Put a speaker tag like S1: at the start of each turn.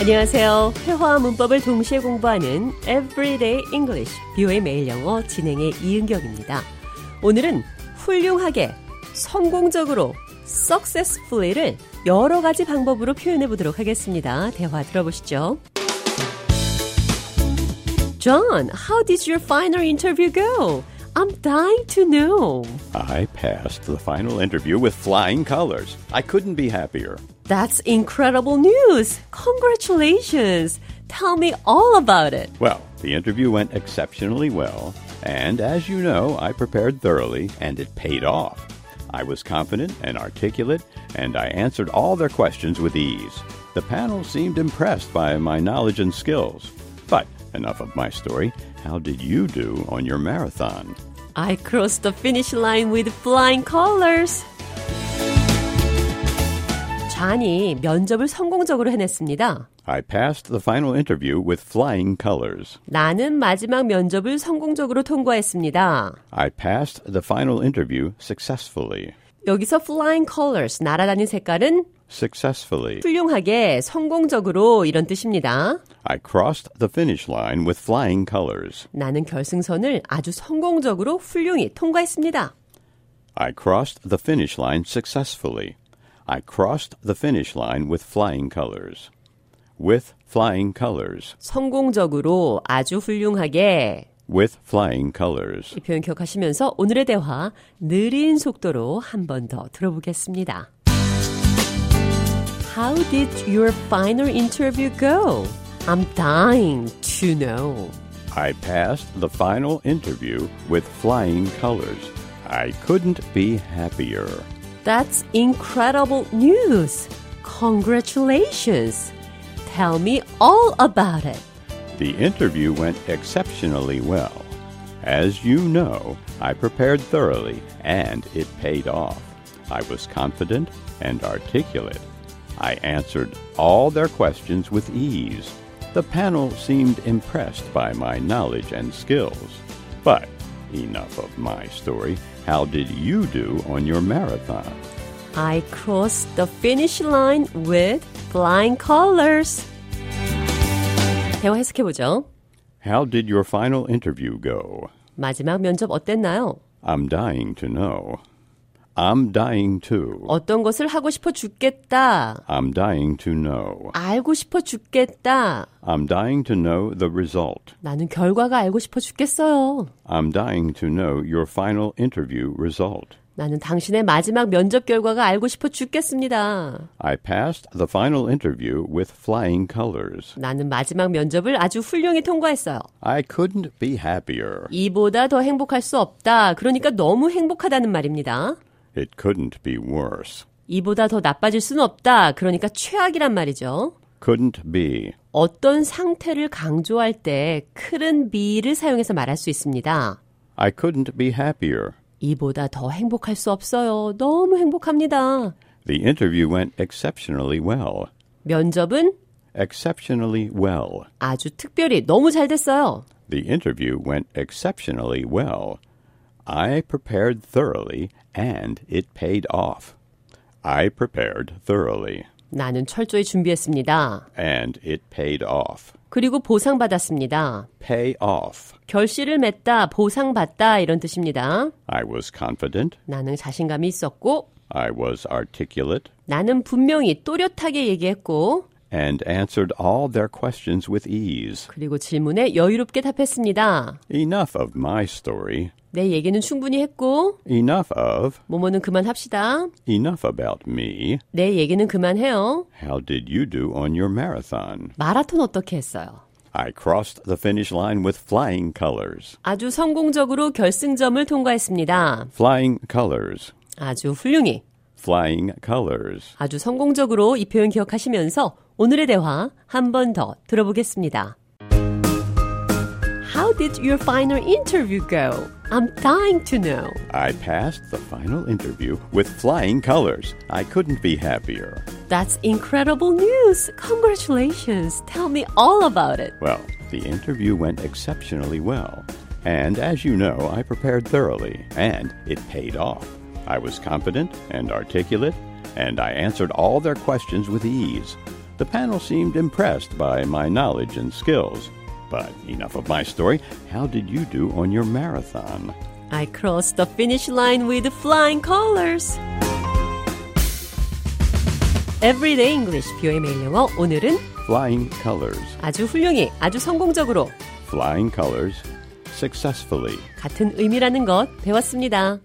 S1: 안녕하세요. 회화와 문법을 동시에 공부하는 Everyday English, 뷰의 매일 영어 진행의 이은경입니다. 오늘은 훌륭하게, 성공적으로, successfully를 여러 가지 방법으로 표현해 보도록 하겠습니다. 대화 들어보시죠. John, how did your final interview go? I'm dying to know.
S2: I passed the final interview with flying colors. I couldn't be happier.
S1: That's incredible news. Congratulations. Tell me all about it.
S2: Well, the interview went exceptionally well, and as you know, I prepared thoroughly, and it paid off. I was confident and articulate, and I answered all their questions with ease. The panel seemed impressed by my knowledge and skills. But enough of my story. How did you do on your marathon?
S1: I crossed the finish line with flying colors. 잔이 면접을 성공적으로 해냈습니다.
S2: I passed the final interview with flying colors.
S1: 나는 마지막 면접을 성공적으로 통과했습니다.
S2: I passed the final interview successfully.
S1: 여기서 flying colors, 날아다닌 색깔은
S2: Successfully.
S1: 훌륭하게, 성공적으로 이런 뜻입니다.
S2: I crossed the finish line with flying colors.
S1: 나는 결승선을 아주 성공적으로 훌륭히 통과했습니다.
S2: I crossed the finish line successfully. I crossed the finish line with flying colors. With flying colors.
S1: 성공적으로 아주 훌륭하게
S2: With flying colors.
S1: 이 표현 기억하시면서 오늘의 대화 느린 속도로 한 번 더 들어보겠습니다. How did your final interview go? I'm dying to know.
S2: I passed the final interview with flying colors. I couldn't be happier.
S1: That's incredible news. Congratulations. Tell me all about it.
S2: The interview went exceptionally well. As you know, I prepared thoroughly and it paid off. I was confident and articulate. I answered all their questions with ease. The panel seemed impressed by my knowledge and skills. But enough of my story. How did you do on your marathon?
S1: I crossed the finish line with flying colors. 대화 해석해보죠.
S2: How did your final interview go?
S1: 마지막 면접 어땠나요?
S2: I'm dying to know. I'm dying to.
S1: 어떤 것을 하고 싶어 죽겠다.
S2: I'm dying to know.
S1: 알고 싶어 죽겠다.
S2: I'm dying to know the result.
S1: 나는 결과가 알고 싶어 죽겠어요.
S2: I'm dying to know your final interview result.
S1: 나는 당신의 마지막 면접 결과가 알고 싶어 죽겠습니다.
S2: I passed the final interview with flying colors.
S1: 나는 마지막 면접을 아주 훌륭히 통과했어요.
S2: I couldn't be happier.
S1: 이보다 더 행복할 수 없다. 그러니까 너무 행복하다는 말입니다.
S2: It couldn't be worse.
S1: 이보다 더 나빠질 수는 없다. 그러니까 최악이란 말이죠.
S2: Couldn't be.
S1: 어떤 상태를 강조할 때 couldn't be를 사용해서 말할 수 있습니다.
S2: I couldn't be happier.
S1: 이보다 더 행복할 수 없어요. 너무 행복합니다.
S2: The interview went exceptionally well.
S1: 면접은
S2: Exceptionally well.
S1: 아주 특별히 너무 잘 됐어요.
S2: The interview went exceptionally well. I prepared thoroughly and it paid off. I prepared thoroughly
S1: 나는 철저히 준비했습니다.
S2: and it paid off.
S1: 그리고 보상받았습니다.
S2: Pay off.
S1: 결실을 맺다, 보상받다 이런 뜻입니다.
S2: I was confident.
S1: 나는 자신감이 있었고
S2: I was articulate
S1: 나는 분명히 또렷하게 얘기했고
S2: and answered all their questions with ease.
S1: 그리고 질문에 여유롭게 답했습니다.
S2: Enough of my story.
S1: 내 얘기는 충분히 했고
S2: Enough of.
S1: 뭐뭐는 그만합시다.
S2: Enough about me.
S1: 내 얘기는 그만해요.
S2: How did you do on your marathon?
S1: 마라톤 어떻게 했어요?
S2: I crossed the finish line with flying colors.
S1: 아주 성공적으로 결승점을 통과했습니다.
S2: Flying colors.
S1: 아주 훌륭히,
S2: Flying colors.
S1: 아주 성공적으로 이 표현 기억하시면서 오늘의 대화 한 번 더 들어보겠습니다. How did your final interview go? I'm dying to know.
S2: I passed the final interview with flying colors. I couldn't be happier.
S1: That's incredible news. Congratulations. Tell me all about it.
S2: Well, the interview went exceptionally well. And as you know, I prepared thoroughly, and it paid off. I was confident and articulate, and I answered all their questions with ease. The panel seemed impressed by my knowledge and skills. But enough of my story. How did you do on your marathon?
S1: I crossed the finish line with flying colors. Everyday English, 뷰의 매일 영어. 오늘은
S2: Flying colors.
S1: 아주 훌륭히, 아주 성공적으로
S2: Flying colors. Successfully.
S1: 같은 의미라는 것 배웠습니다.